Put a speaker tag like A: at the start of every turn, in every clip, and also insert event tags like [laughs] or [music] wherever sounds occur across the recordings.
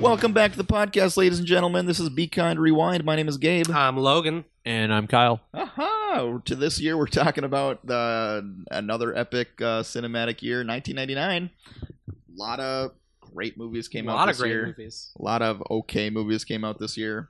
A: Welcome back to the podcast, ladies and gentlemen. This is Be Kind Rewind. My name is Gabe.
B: [laughs] I'm Logan.
C: And I'm Kyle.
A: Aha! To this year, we're talking about uh, another epic uh, cinematic year, 1999. A lot of great movies came
B: a
A: out
B: lot
A: this
B: of great
A: year.
B: movies.
A: A lot of okay movies came out this year,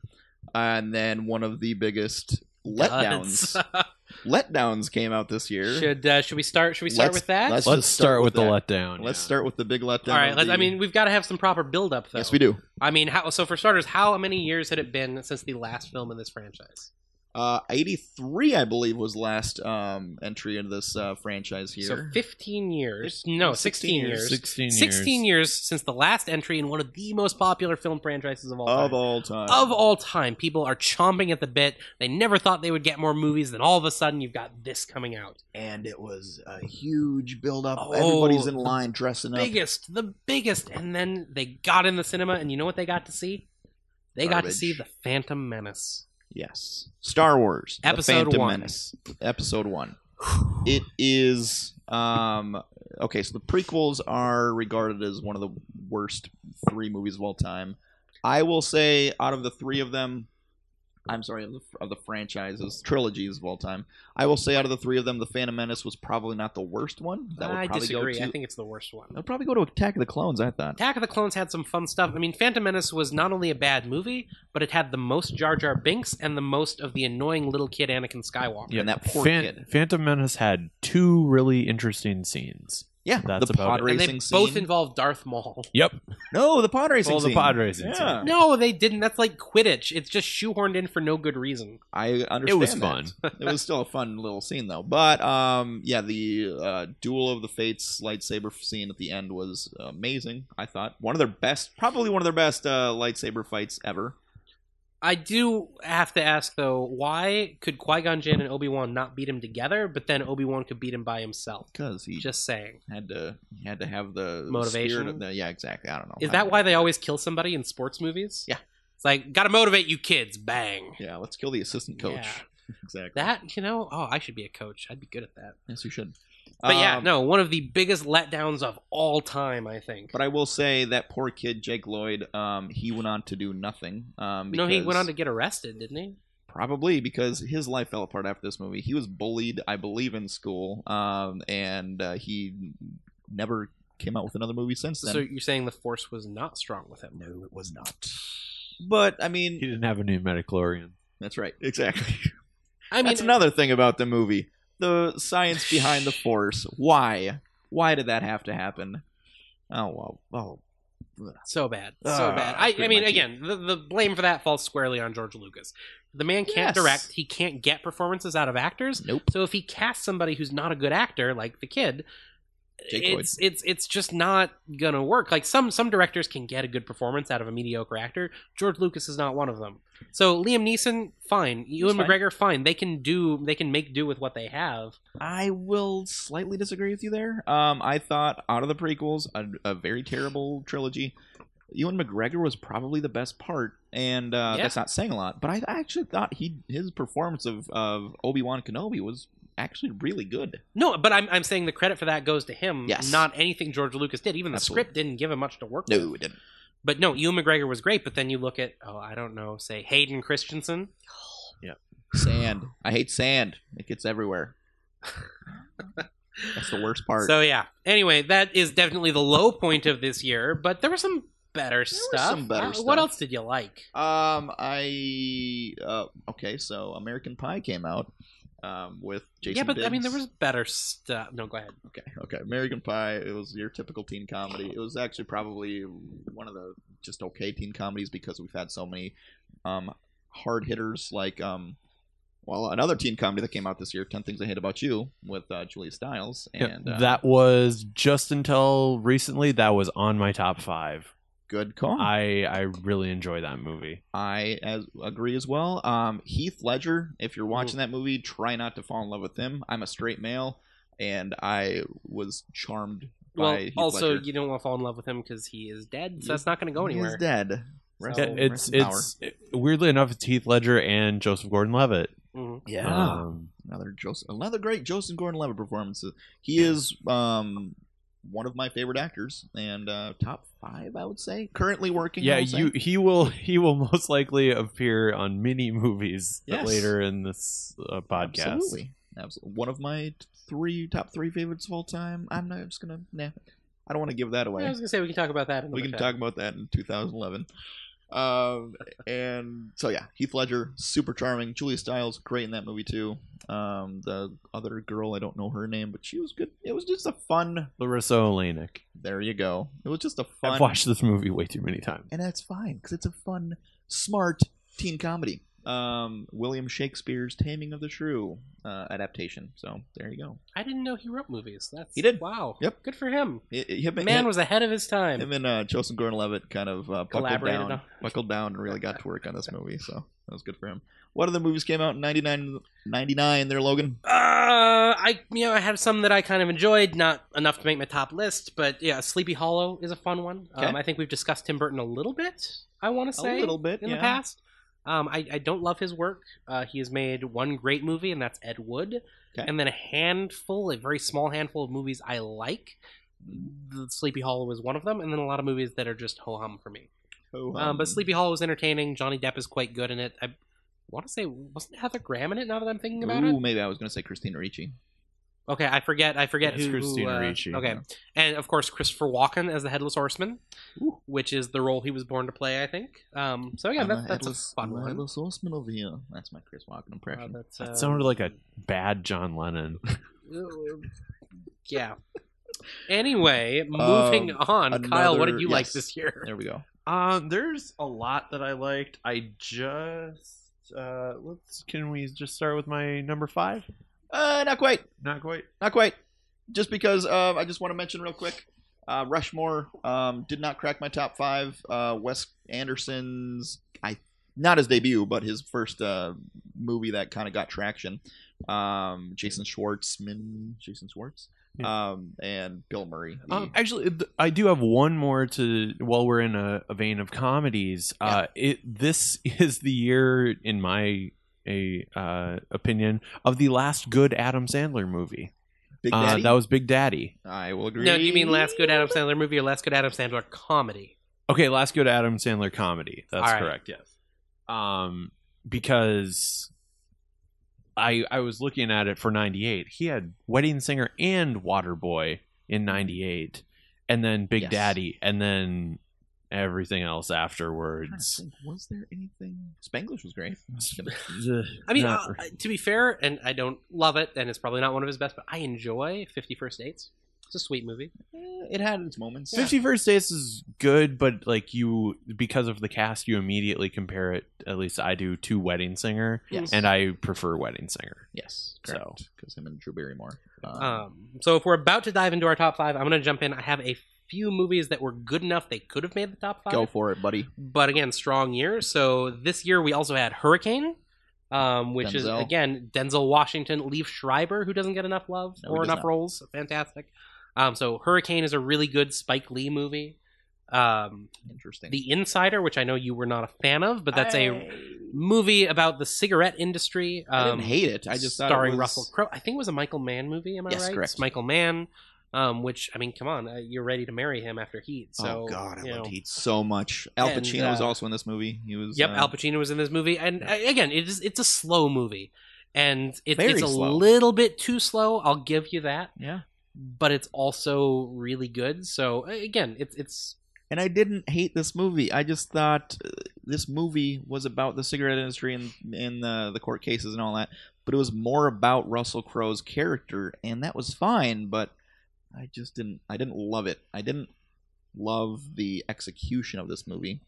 A: and then one of the biggest letdowns
B: [laughs]
A: letdowns came out this year.
B: should uh, should we start? Should we start
A: Let's-
B: with that?
A: let's-
C: Let's,
A: just
C: start,
A: start
C: with the
A: with
C: letdown.
A: Let's
C: yeah.
A: start with the big letdown.
B: All right.
A: of
B: Let,
A: the-
B: I mean, we've got to have some proper build up, though.
A: yes, we do.
B: I mean, how, so for starters, how many years had it been since the last film in this franchise?
A: Uh, 83, I believe, was last um, entry into this uh, franchise here.
B: So 15 years. No,
A: 16
B: 16, years.
A: years.
C: 16 years.
B: 16 years since the last entry in one of the most popular film franchises of all time.
A: of all time.
B: of all time. People are chomping at the bit. They never thought they would get more movies. Then all of a sudden, you've got this coming out.
A: and it was a huge build up.
B: Oh,
A: Everybody's in line dressing up.
B: Biggest, the biggest. And then they got in the cinema, and you know what they got to see? They got to
A: Garbage.
B: see The Phantom Menace.
A: Yes, Star Wars The
B: Episode
A: Phantom
B: one.
A: Menace. Episode one. It is um okay. So the prequels are regarded as one of the worst three movies of all time. I will say, out of the three of them, I'm sorry, of the, of the franchises, trilogies of all time, I will say out of the three of them, The Phantom Menace was probably not the worst one. That would
B: I
A: probably
B: disagree.
A: Go to,
B: I think it's the worst one.
A: I'll probably go to Attack of the Clones. I thought.
B: Attack of the Clones had some fun stuff. I mean, Phantom Menace was not only a bad movie, but it had the most Jar Jar Binks and the most of the annoying little kid Anakin Skywalker.
C: Yeah.
A: And that poor
C: Phan-
A: kid.
C: Phantom Menace had two really interesting scenes.
A: Yeah,
C: That's
A: the
C: about
A: pod
C: it.
B: And they
A: racing scene.
B: both involved Darth
A: [laughs]
B: Maul.
C: Yep.
A: no, the pod racing.
C: Well, the
A: scene.
C: pod racing
A: Yeah.
C: scene.
B: No, they didn't. That's like Quidditch. It's just shoehorned in for no good reason.
A: I understand.
C: It was
A: that.
C: fun.
A: it was still a fun little scene though. But um, yeah, the uh, duel of the fates lightsaber scene at the end was amazing. I thought one of their best, probably one of their best uh, lightsaber fights ever.
B: I do have to ask though, why could Qui Gon Jinn and Obi Wan not beat him together, but then Obi Wan could beat him by himself?
A: Because he
B: Just saying.
A: had to he had to have the
B: Motivation?
A: spirit of the- yeah, exactly. I don't know.
B: Is
A: I
B: that
A: don't
B: why
A: know.
B: they always kill somebody in sports movies?
A: Oh Yeah.
B: It's like, gotta motivate you kids, bang.
A: Yeah, let's kill the assistant coach. [laughs]
B: Yeah.
A: Exactly.
B: That, you know, oh, I should be a coach. I'd be good at that.
A: yes, you should.
B: But yeah,
A: Um,
B: no, one of the biggest letdowns of all time, I think.
A: But I will say that poor kid Jake Lloyd, um, he went on to do nothing. Um,
B: no, he
A: because-
B: went on to get arrested, didn't he?
A: Probably because his life fell apart after this movie. He was bullied, I believe, in school, um, and uh, he never came out with another movie since then.
B: So you're saying the force was not strong with him?
A: no, it was not. But I
C: He
A: mean,
C: didn't have a new Metachlorian.
A: that's
B: [laughs]
A: right, exactly.
B: I mean,
A: that's another thing about the movie: the science behind the force. Why? Why did that have to happen? Oh well, oh
B: So bad, so
A: Ah,
B: bad. I, I
A: pretty
B: mean,
A: much it.
B: again, the, the blame for that falls squarely on George Lucas. The man
A: Yes.
B: can't direct; he can't get performances out of actors.
A: nope.
B: So if he casts somebody who's not a good actor, like the kid,
A: Jake Lloyd.
B: it's it's it's just not gonna work. Like some some directors can get a good performance out of a mediocre actor. George Lucas is not one of them. So Liam Neeson, fine. Ewan
A: fine.
B: McGregor, fine. They can do they can make do with what they have.
A: I will slightly disagree with you there. Um, I thought out of the prequels, a, a very terrible trilogy. Ewan McGregor was probably the best part, and uh,
B: Yeah.
A: that's not saying a lot. But I actually thought he his performance of, of Obi Wan Kenobi was actually really good.
B: No, but I'm I'm saying the credit for that goes to him,
A: Yes.
B: not anything George Lucas did. Even the
A: Absolutely.
B: script didn't give him much to work with.
A: No, it didn't.
B: But no, Ewan McGregor was great. But then you look at oh, I don't know, say Hayden Christensen.
A: Sand. I hate sand. It gets everywhere. that's the worst part.
B: So yeah. Anyway, that is definitely the low point of this year. But there was some better stuff.
A: some better
B: Uh, What
A: stuff.
B: else did you like?
A: Um, I uh, okay. So American Pie came out um, with Jason.
B: yeah, but I mean,
A: Biggs.
B: there was better stuff. No, go ahead.
A: Okay, okay. American Pie. It was your typical teen comedy. It was actually probably one of the just okay teen comedies because we've had so many um, hard hitters like um, well, another teen comedy that came out this year, Ten Things I Hate About You, with uh, Julia Stiles, and uh,
C: that was just until recently. That was on my top five.
A: good call. I,
C: I I really enjoy that movie.
A: as, agree as well. Um, Heath Ledger. If you're watching that movie, try not to fall in love with him. I'm a straight male, and I was charmed. By
B: Well,
A: Heath
B: also
A: Ledger.
B: you don't want to fall in love with him because he is dead,
A: He
B: so that's not going to go
A: He
B: anywhere.
A: is dead. Rest-
B: So-
C: Yeah, it's
A: rest in power.
C: it's weirdly enough, it's Heath Ledger and Joseph Gordon-Levitt.
B: Mhm.
C: Um,
A: Another Joseph, another great Joseph Gordon-Levitt performance. He is um one of my favorite actors and uh, top five, I would say, currently working.
C: yeah,
A: I would say.
C: you he will he will most likely appear on many movies
A: Yes.
C: later in this uh, podcast.
A: Absolutely. Absolutely. One of my three top three favorites of all time. I'm not just gonna nah. I don't want to give that away.
B: I was gonna say we can talk about that. In
A: we can
B: the
A: talk about that in 2011. Um, and so yeah, Heath Ledger, super charming. Julia Stiles, great in that movie too. Um, the other girl, I don't know her name, but she was good. It was just a fun.
C: Larissa Olenek.
A: There you go. It was just a fun,
C: I've watched this movie way too many times.
A: and that's fine because it's a fun, smart teen comedy. Um, William Shakespeare's *Taming of the Shrew* uh, adaptation. So there you go.
B: I didn't know he wrote movies. That's
A: He did.
B: Wow.
A: Yep.
B: Good for him.
A: It, it, him,
B: The man
A: him-
B: was ahead of his time.
A: him and uh, Joseph Gordon-Levitt kind of uh, buckled
B: Collaborated
A: down,
B: on-
A: buckled down, and really got to work on
B: [laughs]
A: this movie. So that was good for him. What other movies came out in 99, 99 there, Logan?
B: Uh, I you know I have some that I kind of enjoyed, not enough to make my top list, but yeah, Sleepy Hollow is a fun one. Um,
A: Okay.
B: I think we've discussed Tim Burton a little bit. I want to say
A: a little bit
B: in
A: yeah.
B: the past. Um, I, I don't love his work. Uh, he has made one great movie, and that's Ed Wood,
A: Okay.
B: and then a handful, a very small handful of movies I like. The Sleepy Hollow is one of them, and then a lot of movies that are just ho hum for me.
A: Oh,
B: Um, but Sleepy Hollow is entertaining. Johnny Depp is quite good in it. I want to say wasn't Heather Graham in it? Now that I'm thinking about it,
A: Ooh, maybe I was going to say Christina Ricci.
B: Okay, I forget. I forget
C: Yes,
B: who.
C: Christina
B: who, uh,
C: Ricci,
B: Okay,
C: yeah.
B: and of course Christopher Walken as the headless horseman, which is the role he was born to play, I think. Um, so yeah,
A: I'm
B: that,
A: a
B: that's a
A: headless-
B: fun
A: I'm a
B: one.
A: headless horseman over here. That's my Chris Walken
B: Uh,
A: impression.
B: that's, uh,
C: That sounded like a bad John Lennon.
B: uh, yeah. Anyway, moving
A: Um,
B: on. Kyle, what did
A: another-
B: you like
A: yes.
B: this year?
A: there we go.
C: Um, there's a lot that I liked. I just uh, let's can we just start with my number five?
A: Uh, not quite.
C: Not quite.
A: Not quite. Just because uh, I just want to mention real quick, uh, Rushmore um, did not crack my top five. Uh, Wes Anderson's, I not his debut, but his first uh, movie that kind of got traction. Um, Jason Schwartzman, Jason Schwartz, um, and Bill Murray. The-
C: Um, actually, th- I do have one more to. While we're in a, a vein of comedies, uh, it this [laughs] is the year, in my a uh, opinion, of the last good Adam Sandler movie.
A: Big
C: Uh,
A: Daddy.
C: that was Big Daddy.
A: I will agree.
B: No, do you mean last good
A: [laughs]
B: Adam Sandler movie or last good Adam Sandler comedy?
C: Okay, last good Adam Sandler comedy. That's
B: All right.
C: correct. Yes. Um, because I I was looking at it for '98. He had Wedding Singer and Waterboy in '98, and then Big
A: Yes.
C: Daddy, and then everything else
A: I'm trying to
C: afterwards.
A: think, Was there anything? Spanglish was great. [laughs] Eh,
B: I mean,
C: Not-
B: uh, to be fair, and I don't love it, and it's probably not one of his best, but I enjoy Fifty First Dates. It's a sweet movie.
A: Eh, It had its moments.
C: Fifty First Dates is good, but like you, because of the cast, you immediately compare it. At least I do to Wedding Singer,
A: Yes.
C: and I prefer Wedding Singer.
A: yes,
C: So.
A: correct. Because him and Drew Barrymore. Um,
B: Um, so if we're about to dive into our top five, I'm going to jump in. I have a few movies that were good enough they could have made the top five.
A: go for it, buddy.
B: But again, strong year. So this year we also had Hurricane, um, which is
A: Denzel.
B: again Denzel Washington, Leaf Schreiber, who doesn't get enough love
A: No, he
B: or
A: does
B: enough
A: not.
B: roles. Fantastic. Um, so Hurricane is a really good Spike Lee movie. Um,
A: Interesting.
B: the Insider, which I know you were not a fan of, but that's a
A: I-
B: movie about the cigarette industry. Um,
A: I didn't hate it. I just thought it
B: starring
A: was-
B: Russell Crowe. I think it was a Michael Mann movie. Am I
A: Yes,
B: right?
A: correct.
B: It's Michael Mann. Um, which I mean, come on, uh, you're ready to marry him after Heat. So,
A: oh God, I
B: you
A: loved
B: know.
A: Heat so much. Al
B: And,
A: Pacino was
B: uh,
A: also in this movie. He was.
B: Yep,
A: uh,
B: Al Pacino was in this movie, and uh, again, it is it's a slow movie, and it,
A: Very
B: it's a
A: slow.
B: little bit too slow. I'll give you that,
A: Yeah,
B: but it's also really good. So uh, again, it's it's
A: and I didn't hate this movie. I just thought uh, this movie was about the cigarette industry and and the the court cases and all that, but it was more about Russell Crowe's character, and that was fine. But I just didn't. I didn't love it. I didn't love the execution of this movie,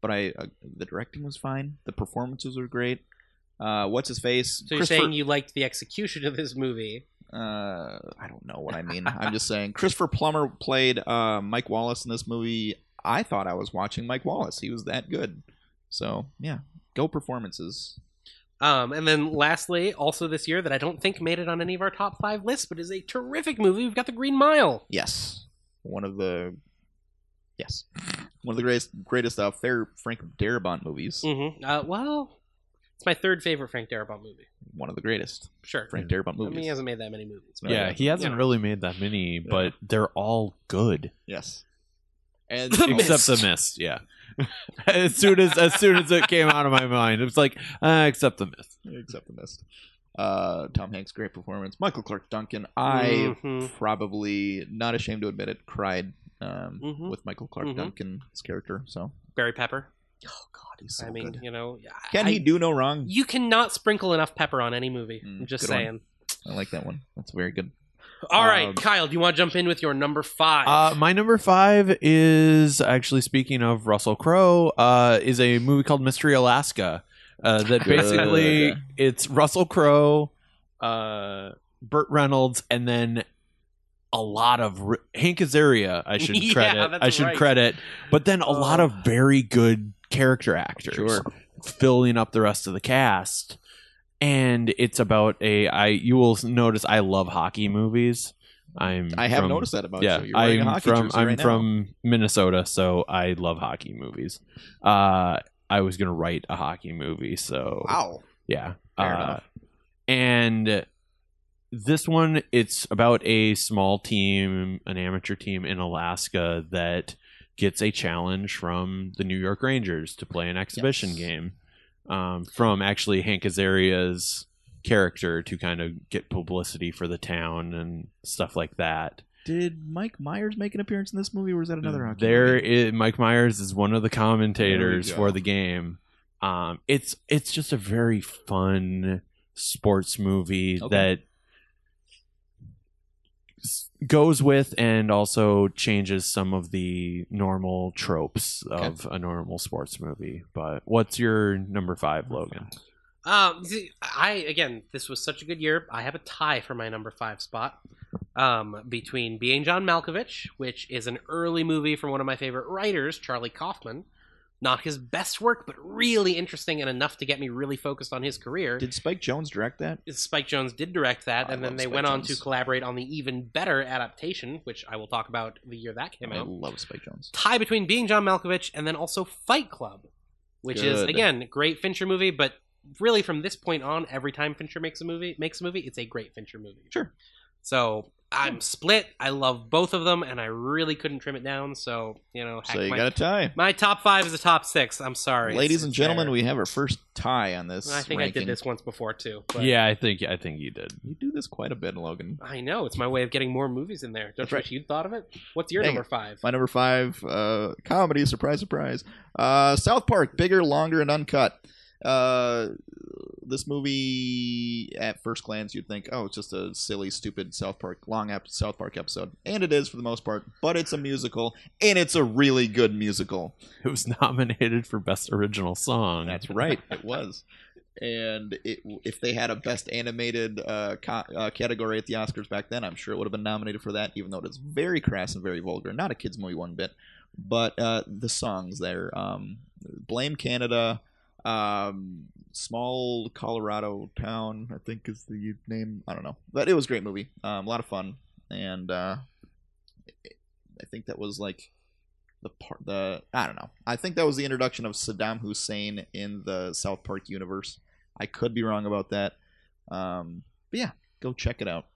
A: but I uh, the directing was fine. The performances were great. Uh, what's his face?
B: so you're
A: Christopher-
B: saying you liked the execution of this movie.
A: uh, I don't know what I mean. I'm just saying Christopher Plummer played uh, Mike Wallace in this movie. I thought I was watching Mike Wallace. He was that good. So yeah, go performances.
B: Um, and then lastly, also this year that I don't think made it on any of our top five lists, but is a terrific movie. We've got The Green Mile.
A: Yes, one of the yes, one of the greatest greatest uh, fair Frank Darabont movies.
B: hmm Uh, well, It's my third favorite Frank Darabont movie.
A: One of the greatest
B: Sure.
A: Frank Darabont
B: I mean, he
A: movies.
B: hasn't made that many movies. but-
C: Yeah, he hasn't
B: Yeah.
C: really made that many, but they're all good
A: Yes. [laughs] And
B: [laughs] The
A: oh,
C: except the mist. Yeah. [laughs] as soon as as soon as it came out of my mind, it was like uh, except the mist.
A: except the mist. Uh, Tom Hanks, great performance. Michael Clark Duncan, I
B: Mhm.
A: Mm-hmm. probably not ashamed to admit it, cried um,
B: Mhm.
A: with Michael Clark
B: Mhm.
A: Duncan's character. So,
B: Barry Pepper.
A: oh god, he's so
B: I mean,
A: good.
B: you know,
A: Can
B: I-
A: he do no wrong?
B: You cannot sprinkle enough pepper on any movie. I'm
A: Mm,
B: just
A: good one.
B: saying.
A: I like that one. That's very good.
B: All right,
A: Um,
B: Kyle, do you want to jump in with your number five?
C: Uh, my number five is actually speaking of Russell Crowe, uh, is a movie called Mystery Alaska. Uh, that
A: Good.
C: basically it's Russell Crowe, uh, Burt Reynolds, and then a lot of r Hank Azaria. I
B: [laughs]
C: should
B: Yeah,
C: credit. I
B: that's
C: should
B: right.
C: credit, but then a lot
B: Uh.
C: of very good character actors
A: Sure.
C: filling up the rest of the cast. And it's about a I. You will notice I love hockey movies. I'm
A: I have
C: from-
A: noticed that about you.
C: yeah,
A: Oh, You're wearing a
C: I'm
A: hockey
C: from
A: jersey
C: I'm
A: right now.
C: from Minnesota, so I love hockey movies. Uh, I was gonna write a hockey movie, so
A: Wow.
C: yeah.
A: Ah, Fair
C: Uh,
A: enough.
C: And this one, it's about a small team, an amateur team in Alaska that gets a challenge from the New York Rangers to play an exhibition
A: Yes.
C: game um, from actually Hank Azaria's character to kind of get publicity for the town and stuff like that.
A: Did Mike Myers make an appearance in this movie, or was that another hockey?
C: Mm, There,
A: movie?
C: i- Mike Myers is one of the commentators
A: There we go.
C: for the game. Um, it's it's just a very fun sports movie
A: Okay.
C: that s- goes with and also changes some of the normal tropes
A: Okay.
C: of a normal sports movie. But what's your number five, Logan?
B: Um, you see, I again, this was such a good year. I have a tie for my number five spot um, between being John Malkovich, which is an early movie from one of my favorite writers, Charlie Kaufman. Not his best work, but really interesting and enough to get me really focused on his career.
A: Did Spike Jones direct that?
B: Spike Jones did direct that,
A: I
B: and then
A: love
B: they
A: Spike
B: went on
A: Jonze.
B: to collaborate on the even better adaptation, which I will talk about the year that came
A: I
B: out.
A: love Spike Jones.
B: tie between being John Malkovich and then also Fight Club, which is
A: Good.
B: again great Fincher movie, but really from this point on, every time Fincher makes a movie, makes a movie, it's a great Fincher movie.
A: Sure.
B: So I'm split. I love both of them, and I really couldn't trim it down. So you know, heck,
A: So you
B: my,
A: got a tie.
B: my top five is a top six. I'm sorry,
A: Ladies
B: It's-
A: and
B: it's
A: gentlemen,
B: there.
A: we have our first tie on this.
B: I think I
A: ranking.
B: did this once before too. But
C: yeah, I think I think you did.
A: You do this quite a bit, Logan.
B: I know it's my way of getting more movies in there. Don't
A: That's
B: you
A: right.
B: wish you'd thought of it? What's your
A: Dang
B: number five?
A: My number five, uh, comedy, surprise, surprise. Uh, South Park, bigger, longer, and uncut. Uh, this movie, at first glance, you'd think, oh, it's just a silly, stupid South Park, long ep- South Park episode. And it is for the most part, but it's a musical, and it's a really good musical.
C: It was [laughs] nominated for best original song.
A: That's right, [laughs] it was. And it, if they had a best animated uh, co- uh, category at the Oscars back then, I'm sure it would have been nominated for that, even though it is very crass and very vulgar. Not a kids' movie one bit, but uh, the songs there um, Blame Canada, um, Small Colorado Town, I think is the name. I don't know. But it was a great movie, um, a lot of fun. And uh, I think that was like the part the I don't know. I think that was the introduction of Saddam Hussein in the South Park universe. I could be wrong about that. Um, but yeah, go check it out.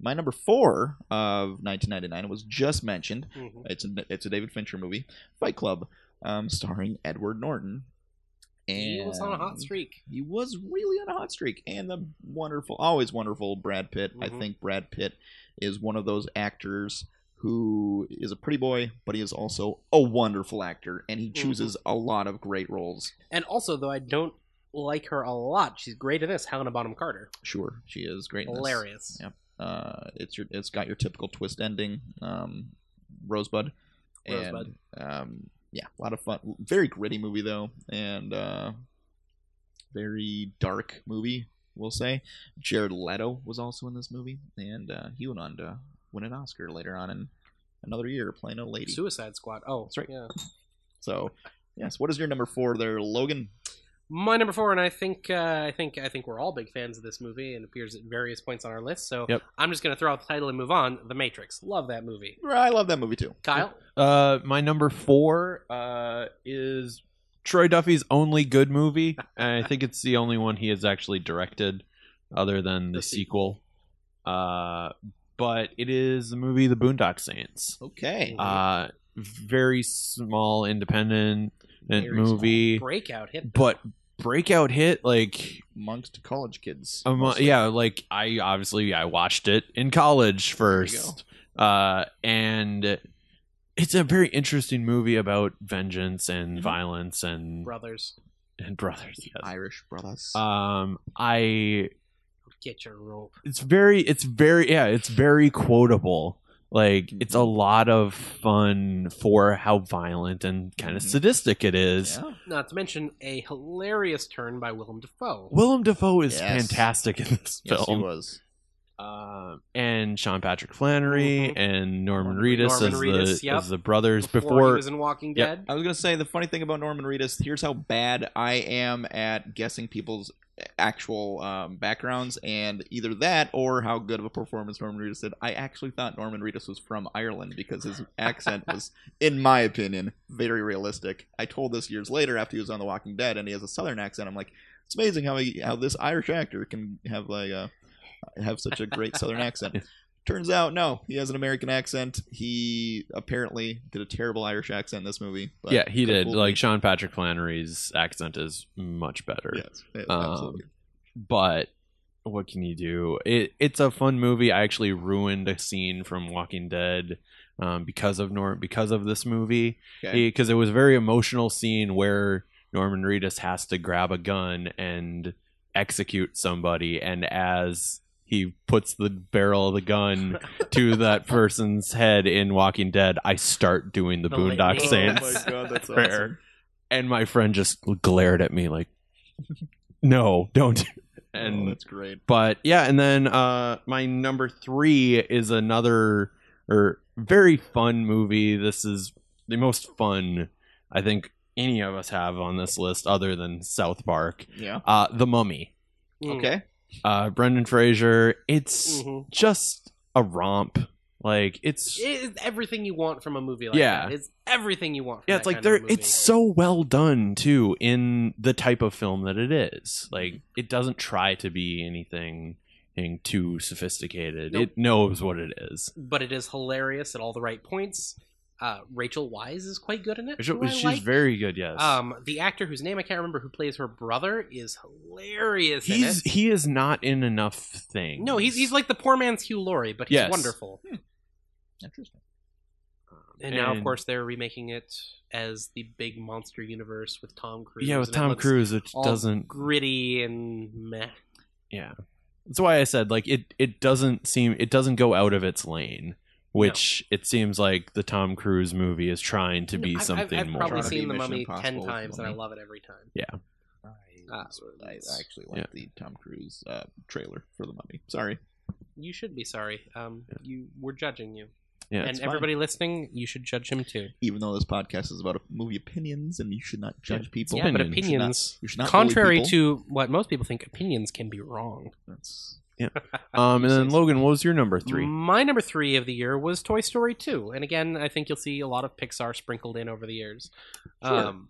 A: My number four of 1999 was just mentioned.
B: Mhm.
A: It's a, it's a David Fincher movie, Fight Club, um, starring Edward Norton. And
B: He was on a hot streak.
A: he was really on a hot streak. And the wonderful, always wonderful Brad Pitt.
B: Mhm.
A: I think Brad Pitt is one of those actors who is a pretty boy, but he is also a wonderful actor, and he
B: Mhm.
A: chooses a lot of great roles.
B: And also, though I don't like her a lot, she's great in this. Helena Bonham Carter,
A: Sure, she is great. in this.
B: hilarious.
A: Yeah. Uh, it's your, it's got your typical twist ending, um, Rosebud. And,
B: Rosebud.
A: um, yeah, a lot of fun. Very gritty movie though, and uh, very dark movie. We'll say Jared Leto was also in this movie, and uh, he went on to win an Oscar later on in another year playing a lady.
B: Suicide Squad. Oh,
A: That's right.
B: Yeah.
A: So, yes, what is your number four there, Logan?
B: My number four, and I think uh, I think I think we're all big fans of this movie, and appears at various points on our list. So
C: Yep.
B: I'm just going to throw out the title and move on. The Matrix. Love that movie.
A: I love that movie too.
B: Kyle.
C: Uh, my number four uh, is Troy Duffy's only good movie. and I think it's the only one he has actually directed, other than the,
A: The
C: sequel. Uh, but it is the movie The Boondock Saints.
A: Okay.
C: Uh, very small independent
B: Very small
C: movie,
B: breakout
C: [laughs]
B: hit.
C: but breakout hit like
A: Amongst college kids.
C: um,
A: mostly.
C: yeah, like I obviously I watched it in college
A: There you
C: first, uh, and it's a very interesting movie about vengeance and
A: Mhm.
C: violence and
B: brothers,
C: and brothers. Yes.
A: Irish brothers.
C: Um, I
B: get your rope.
C: it's very it's very yeah it's very quotable. Like it's
A: Mm-hmm.
C: a lot of fun for how violent and kind of
A: Mhm.
C: sadistic it is.
A: Yeah.
B: Not to mention a hilarious turn by Willem Dafoe.
C: Willem Dafoe is
A: Yes.
C: fantastic in this
A: Yes, he
C: film.
A: was.
C: um, and Sean Patrick Flannery
B: Mhm.
C: and Norman
B: Norman
C: Reedus as
B: Reedus,
C: the
B: yep.
C: as the brothers
B: before, he
C: before.
B: was in Walking
C: Yep.
B: Dead.
A: I was gonna say the funny thing about Norman Reedus. Here's how bad I am at guessing people's actual um, backgrounds, and either that or how good of a performance Norman Reedus did. I actually thought Norman Reedus was from Ireland because his accent was, in my opinion, very realistic. I told this years later after he was on The Walking Dead, and he has a Southern accent. I'm like, it's amazing how he, how this Irish actor can have like a have such a great
C: [laughs]
A: Southern accent. Turns out, no, he has an American accent. He apparently did a terrible Irish accent in this movie. But
C: yeah, he
A: could
C: did.
A: fool
C: Like
A: me.
C: Sean Patrick Flannery's accent is much better.
A: yes, it-
C: Um, [laughs]
A: absolutely.
C: But what can you do? It it's a fun movie. I actually ruined a scene from Walking Dead um, because of Norm because of this movie
A: Okay.
C: because it was a very emotional scene where Norman Reedus has to grab a gun and execute somebody, and as he puts the barrel of the gun to that person's head in Walking Dead, I start doing the
B: The
C: Boondock
B: lightning.
C: Saints
A: Oh my god,
C: [laughs]
A: that's
C: prayer.
A: awesome.
C: And my friend just glared at me like, no, don't.
A: Oh,
C: And
A: that's great.
C: but yeah, and then uh my number three is another or very fun movie. This is the most fun I think any of us have on this list other than South Park.
A: Yeah.
C: Uh The Mummy.
B: Mm.
A: Okay.
C: Uh Brendan Fraser. It's
B: Mhm.
C: just a romp. Like it's
B: It is everything you want from a movie like
C: Yeah.
B: that. It's everything you want. From
C: yeah,
B: that
C: it's like
B: kind of
C: they're
B: movie.
C: it's so well done too in the type of film that it is. Like it doesn't try to be anything, anything too sophisticated.
B: Nope.
C: It knows what it is.
B: but it is hilarious at all the right points. Uh, Rachel Wise is quite good in it.
C: She-
B: who I
C: she's
B: like.
C: very good. Yes,
B: Um, the actor whose name I can't remember who plays her brother is hilarious. in
C: he's
B: it.
C: he is not in enough things.
B: no, he's he's like the poor man's Hugh Laurie, but he's
C: Yes. Hmm.
B: wonderful. Um,
A: Interesting.
B: And, now, of
C: And-
B: course, they're remaking it as the big monster universe with Tom Cruise.
C: yeah with
B: and it
C: Tom
B: looks
C: Cruise. It
B: all
C: doesn't.
B: gritty and meh.
C: That's why I said like it. It doesn't seem it doesn't go out of its lane, which it seems like the Tom Cruise movie is trying to be
B: I've- I've-
C: something
B: I've,
C: more.
B: probably
A: Trying to be
B: seen the
A: Mission
B: mummy ten
A: Impossible with
B: times, and I
A: Mummy.
B: love it every time.
A: I,
B: Ah,
A: I
B: it's-
A: actually like the Tom Cruise uh, trailer for the Mummy. Sorry.
B: You should be sorry. Um, you we're judging you,
C: Yeah,
B: and
A: it's fine.
B: everybody listening, you should judge him too.
A: Even though this podcast is about movie opinions, and you should not judge
C: Yeah.
A: people.
B: yeah, but
C: opinions.
B: opinions,
A: You should not.
B: contrary to what most people think, opinions can be wrong.
A: That's,
C: um, and then Logan, what was your number
B: Mm,
C: three?
B: My number three of the year was Toy Story 2. And again, I think you'll see a lot of Pixar sprinkled in over the years.
A: Sure.
B: Um,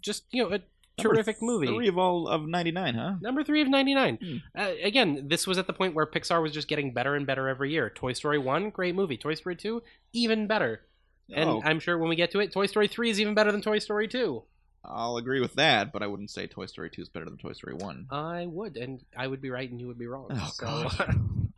B: just, you know, a
A: Number
B: terrific movie.
A: Three of all of '99, huh?
B: Number three of 99.
A: Hmm.
B: Uh, again, this was at the point where Pixar was just getting better and better every year. Toy Story 1, great movie. Toy Story 2, even better. And
A: oh,
B: I'm sure when we get to it, Toy Story 3 is even better than Toy Story 2.
A: I'll agree with that, but I wouldn't say Toy Story 2 is better than Toy Story 1.
B: I would, and I would be right and you would be wrong.
A: Oh,
B: so, [laughs]
A: God.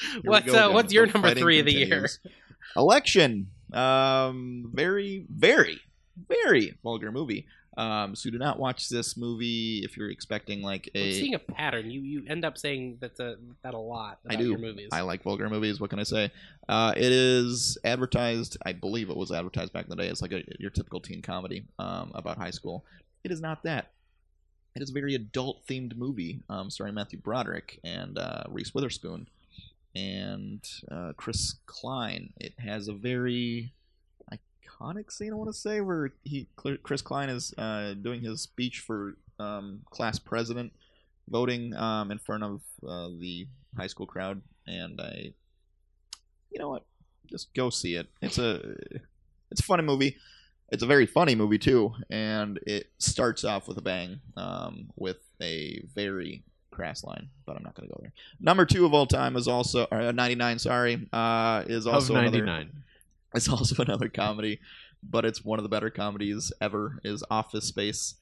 A: Here we
B: what's,
A: go
B: uh,
A: again.
B: what's your
A: The
B: number
A: fighting
B: three of the year?
A: continues. [laughs] Election. Um, very, very, very vulgar movie. Um, so do not watch this movie if you're expecting like
B: [laughs] I'm
A: a.
B: seeing a pattern. You you end up saying that's a, that a lot
A: I
B: about
A: do.
B: your movies.
A: I like vulgar movies. What can I say? Uh, it is advertised. I believe it was advertised back in the day. It's like a, your typical teen comedy um, about high school. It is not that. It is a very adult themed movie um, starring Matthew Broderick and uh, Reese Witherspoon and uh, Chris Klein. It has a very iconic scene, I want to say, where he Cl- Chris Klein is uh, doing his speech for um, class president, voting um, in front of uh, the high school crowd. And I, you know what, just go see it. It's a it's a funny movie. It's a very funny movie too, and it starts off with a bang, um, with a very crass line. But I'm not going to go there. Number two of all time is also or, uh, 99. Sorry, uh, is also
C: of
A: another.
C: 99.
A: [laughs] It's also another comedy, but it's one of the better comedies ever. Is Office Space.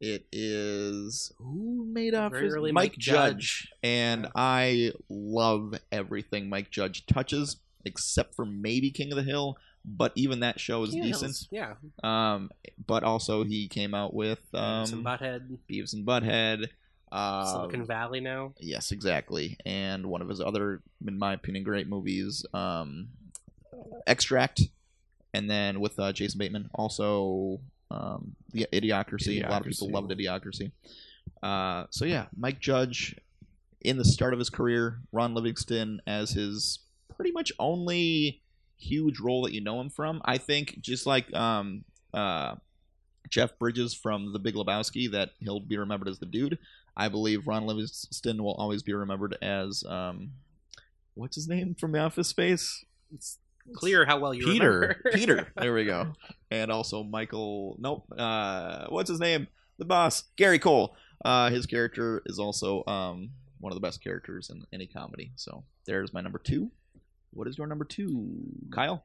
A: It is who made Office?
B: early
A: Mike,
B: Mike
A: Judge.
B: Judge.
A: and
B: Yeah.
A: I love everything Mike Judge touches, except for maybe King of the Hill. But even that show is
B: Yeah,
A: decent.
B: Yeah.
A: Um, but also he came out with um,
B: Some Butthead,
A: Beavis and Butthead. Uh,
B: Silicon Valley now.
A: Yes, exactly. And one of his other, in my opinion, great movies, um, Extract, and then with uh, Jason Bateman, also um, the Idiocracy. A lot of people
C: Idiocracy.
A: loved Idiocracy. Uh, so yeah, Mike Judge in the start of his career, Ron Livingston as his pretty much only huge role that you know him from. I think just like um, uh, Jeff Bridges from The Big Lebowski, that he'll be remembered as the dude. I believe Ron Livingston will always be remembered as um, what's his name from The Office
B: [laughs]
A: Space?
B: It's clear how well you
C: Peter.
B: remember. [laughs]
A: Peter. There we go. And also Michael. Nope. Uh, what's his name? The boss, Gary Cole. Uh, his character is also um, one of the best characters in any comedy. So there's my number two. What is your number two, Kyle?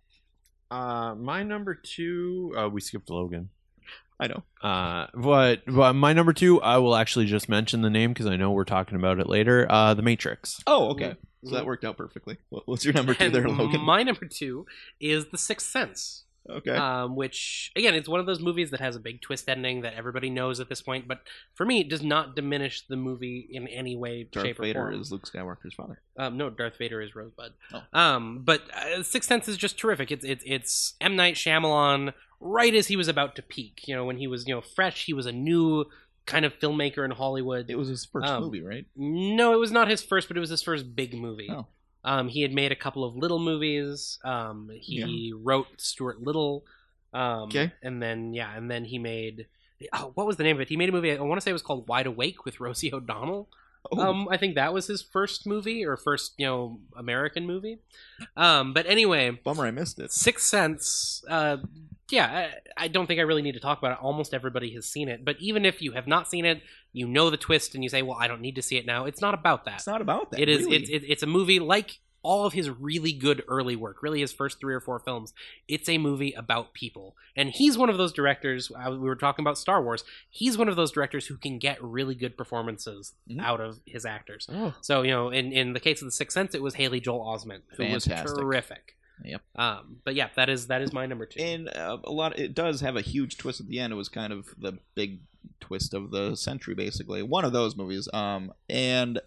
C: Uh, my number two. Uh, we skipped Logan.
A: I know.
C: Uh, but, but my number two, I will actually just mention the name because I know we're talking about it later. Uh, The Matrix.
A: Oh, okay. So that worked out perfectly. What- What's your number two
B: Mm-hmm. And
A: there, Logan?
B: My number two is The Sixth Sense.
A: okay.
B: um, which again it's one of those movies that has a big twist ending that everybody knows at this point but for me it does not diminish the movie in any way
A: Darth
B: shape or
A: Vader
B: form
A: is Luke Skywalker's father.
B: um, no darth vader is rosebud
A: Oh.
B: um, but uh, sixth sense is just terrific it's, it's it's m night Shyamalan right as he was about to peak you know when he was you know fresh he was a new kind of filmmaker in hollywood
A: It was his first
B: Um,
A: movie, right?
B: no, it was not his first, but it was his first big movie.
A: Oh.
B: Um, he had made a couple of little movies. Um, he wrote Stuart Little. Um,
A: Okay.
B: And then yeah, and then he made oh, what was the name of it? He made a movie. I want to say it was called Wide Awake with Rosie O'Donnell.
A: Oh,
B: Um, I think that was his first movie or first you know American movie. Um, but anyway,
A: bummer, I missed it.
B: Sixth Sense. Uh, yeah, I, I don't think I really need to talk about it. Almost everybody has seen it. But even if you have not seen it, you know the twist, and you say, "Well, I don't need to see it now." It's not about that.
A: It's not about that.
B: It is.
A: really.
B: It's, it's it's a movie like all of his really good early work. Really, his first three or four films. It's a movie about people, and he's one of those directors. I, we were talking about Star Wars. He's one of those directors who can get really good performances
A: Mhm.
B: out of his actors.
A: Oh.
B: So you know, in in the case of The Sixth Sense, it was Haley Joel Osment who
A: Fantastic.
B: was terrific.
A: Yep.
B: Um, but yeah, that is that is my number two.
A: and uh, a lot it does have a huge twist at the end it was kind of the big twist of the century basically one of those movies um and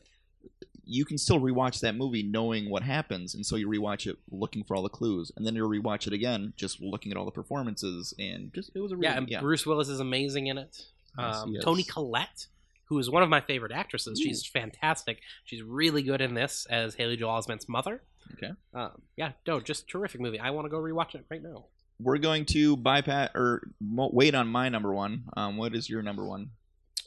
A: you can still rewatch that movie knowing what happens and so you rewatch it looking for all the clues and then you rewatch it again just looking at all the performances and just it was a really
B: yeah, and Bruce Willis is amazing in it.
A: Yes,
B: Um,
A: he is.
B: Tony Collette, who is one of my favorite actresses,
A: Ooh.
B: she's fantastic. She's really good in this as Haley Joel Osment's mother.
A: Okay.
B: Um, yeah, no, just terrific movie. I want to go rewatch it right now.
A: we're going to bypass or mo- wait on my number one um what is your number one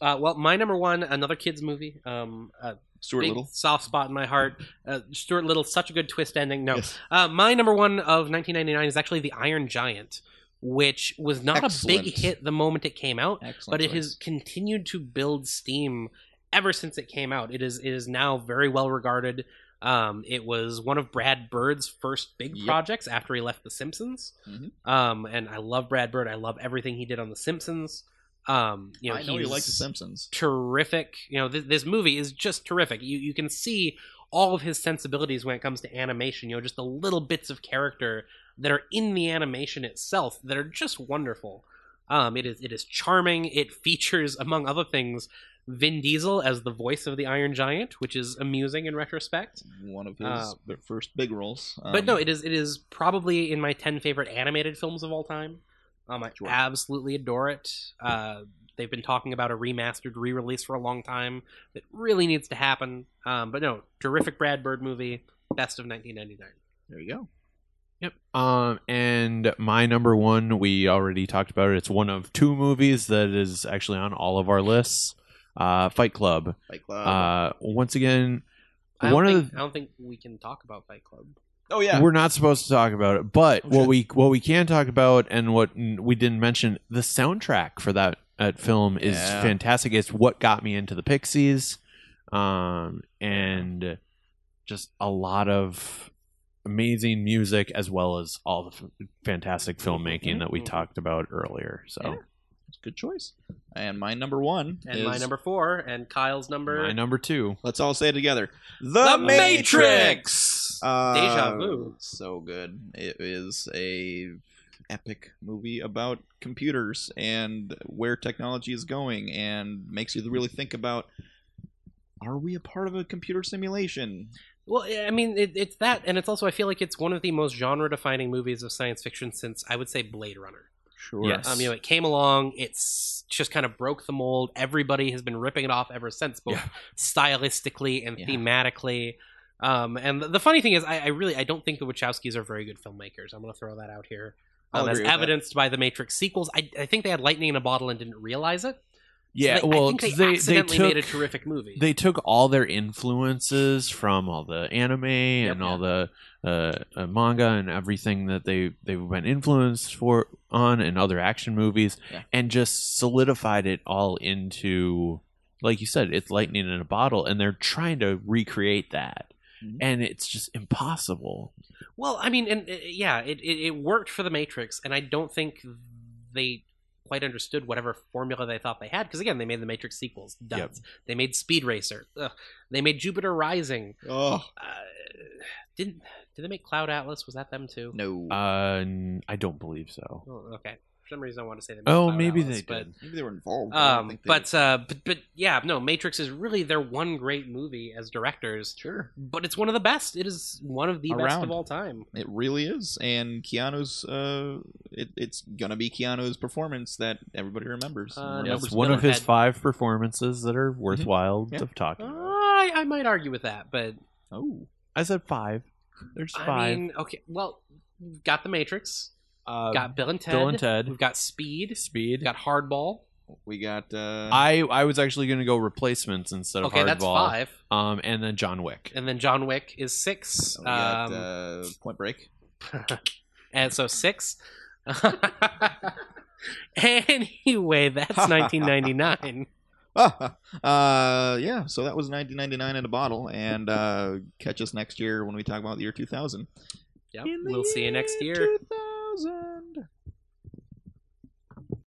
B: Uh, well, my number one, another kids movie. Um, a
A: stuart
B: big
A: little
B: soft spot in my heart. Uh, Stuart Little, such a good twist ending. No,
A: Yes.
B: Uh, my number one of 1999 is actually The Iron Giant, which was not a
A: Excellent.
B: big hit the moment it came out,
A: excellent
B: but it
A: choice.
B: has continued to build steam ever since it came out. It is it is now very well regarded. Um, it was one of Brad Bird's first big
A: Yep.
B: projects after he left The Simpsons.
A: Mhm.
B: Um, and I love Brad Bird. I love everything he did on The Simpsons. Um, you know,
A: i know you
B: he's-
A: like the simpsons
B: terrific. You know, th- this movie is just terrific. You you can see all of his sensibilities when it comes to animation. You know, just the little bits of character that are in the animation itself that are just wonderful. Um, it is it is charming. It [laughs] features, among other things, Vin Diesel as the voice of the Iron Giant, which is amusing in retrospect.
A: one of his
B: Uh,
A: b- first big roles
B: but
A: Um,
B: no, it is it is probably in my ten favorite animated films of all time. Um, I
A: Sure.
B: absolutely adore it. Uh, they've been talking about a remastered re-release for a long time that really needs to happen. Um, but no, terrific Brad Bird movie, best of 1999.
A: there you go
C: Yep. Um, and my number one, we already talked about it. It's one of two movies that is actually on all of our lists. Uh, Fight Club.
A: Fight Club.
C: Uh, once again,
B: I don't,
C: one
B: think,
C: of the,
B: I don't think we can talk about Fight Club.
A: Oh yeah.
C: We're not supposed to talk about it, but
A: Oh,
C: what
A: shit.
C: we what we can talk about and what n- we didn't mention, the soundtrack for that uh, film is
A: Yeah.
C: fantastic. It's what got me into the Pixies, um, and just a lot of amazing music as well as all the f- fantastic filmmaking that we
B: Mhm.
C: talked about earlier. So
A: Yeah. It's a good choice. And my number one
B: and
A: is
B: my number four, and Kyle's number.
C: my number two.
A: Let's all say it together. The,
B: Matrix!
A: Uh,
B: Deja vu.
A: So good. It is a epic movie about computers and where technology is going, and makes you really think about: Are we a part of a computer simulation?
B: Well, I mean, it, it's that, and it's also I feel like it's one of the most genre-defining movies of science fiction since I would say Blade Runner.
A: Sure.
C: Yes.
B: Um, you know, it came along. It's just kind of broke the mold. Everybody has been ripping it off ever since, both
C: Yeah.
B: stylistically and
A: Yeah.
B: thematically. Um, and the, the funny thing is, I, I really I don't think the Wachowskis are very good filmmakers. I'm going to throw that out here.
A: I'll
B: Um, as
A: agree with that.
B: evidenced by the Matrix sequels, I, I think they had lightning in a bottle and didn't realize it. So
C: Yeah,
B: they- I
C: well,
B: think
C: 'cause
B: they,
C: they, they
B: accidentally
C: took
B: made a terrific movie.
C: they took all their influences from all the anime and
B: Yep.
C: all the uh, uh, manga and everything that they they've been influenced for on and other action movies
A: Yeah.
C: and just solidified it all into like you said it's lightning in a bottle and they're trying to recreate that
B: Mm-hmm.
A: Mhm.
C: and it's just impossible
B: Well, I mean, and uh, yeah, it, it, it worked for the Matrix, and I don't think they quite understood whatever formula they thought they had. Because again, they made the Matrix sequels, duds.
C: Yep.
B: They made Speed Racer. Ugh. They made Jupiter Rising.
A: Oh
B: Uh, didn't did they make Cloud Atlas? Was that them too?
A: no.
C: uh, n- i don't believe so
B: Oh, okay, for some reason I want to say they. Made
C: oh
B: Cloud
C: maybe
B: Atlas,
C: they
B: but-
C: did
A: Maybe they were involved. I don't
B: Um,
A: think they-
B: but uh, but but yeah, no. Matrix is really their one great movie as directors,
A: sure,
B: but it's one of the best. It is one of the best
A: Around.
B: of all time.
A: it really is. And Keanu's, uh, it, it's gonna be Keanu's performance that everybody remembers.
B: Uh,
A: Everyone
B: no,
C: Yes,
A: remembers
B: Numbers
C: one of
B: Miller
C: his
B: had-
C: five performances that
B: Mm-hmm.
C: are worthwhile
A: Yeah.
C: of talking
B: Uh,
C: about.
B: I I might argue with that, but
A: Oh,
C: i said five there's five
B: I mean, okay. Well, we've got the Matrix.
C: uh,
A: Oh.
B: We've got Bill and Ted.
C: Bill and Ted.
B: We've got Speed.
C: Speed.
B: We've got Hardball.
A: we got. Uh,
C: I I was actually going to go replacements instead of
B: Okay,
C: hardball.
B: that's five.
C: Um, and then John Wick.
B: And then John Wick is six.
C: Oh,
A: we got
B: um,
A: uh, Point Break. [laughs]
B: and so six. [laughs] anyway, that's
C: [laughs]
B: 1999.
A: Ah, uh, yeah, so that was 1999 in a bottle, and uh, catch us next year when we talk about the year 2000.
B: Yep, we'll see you next year.
A: 2000.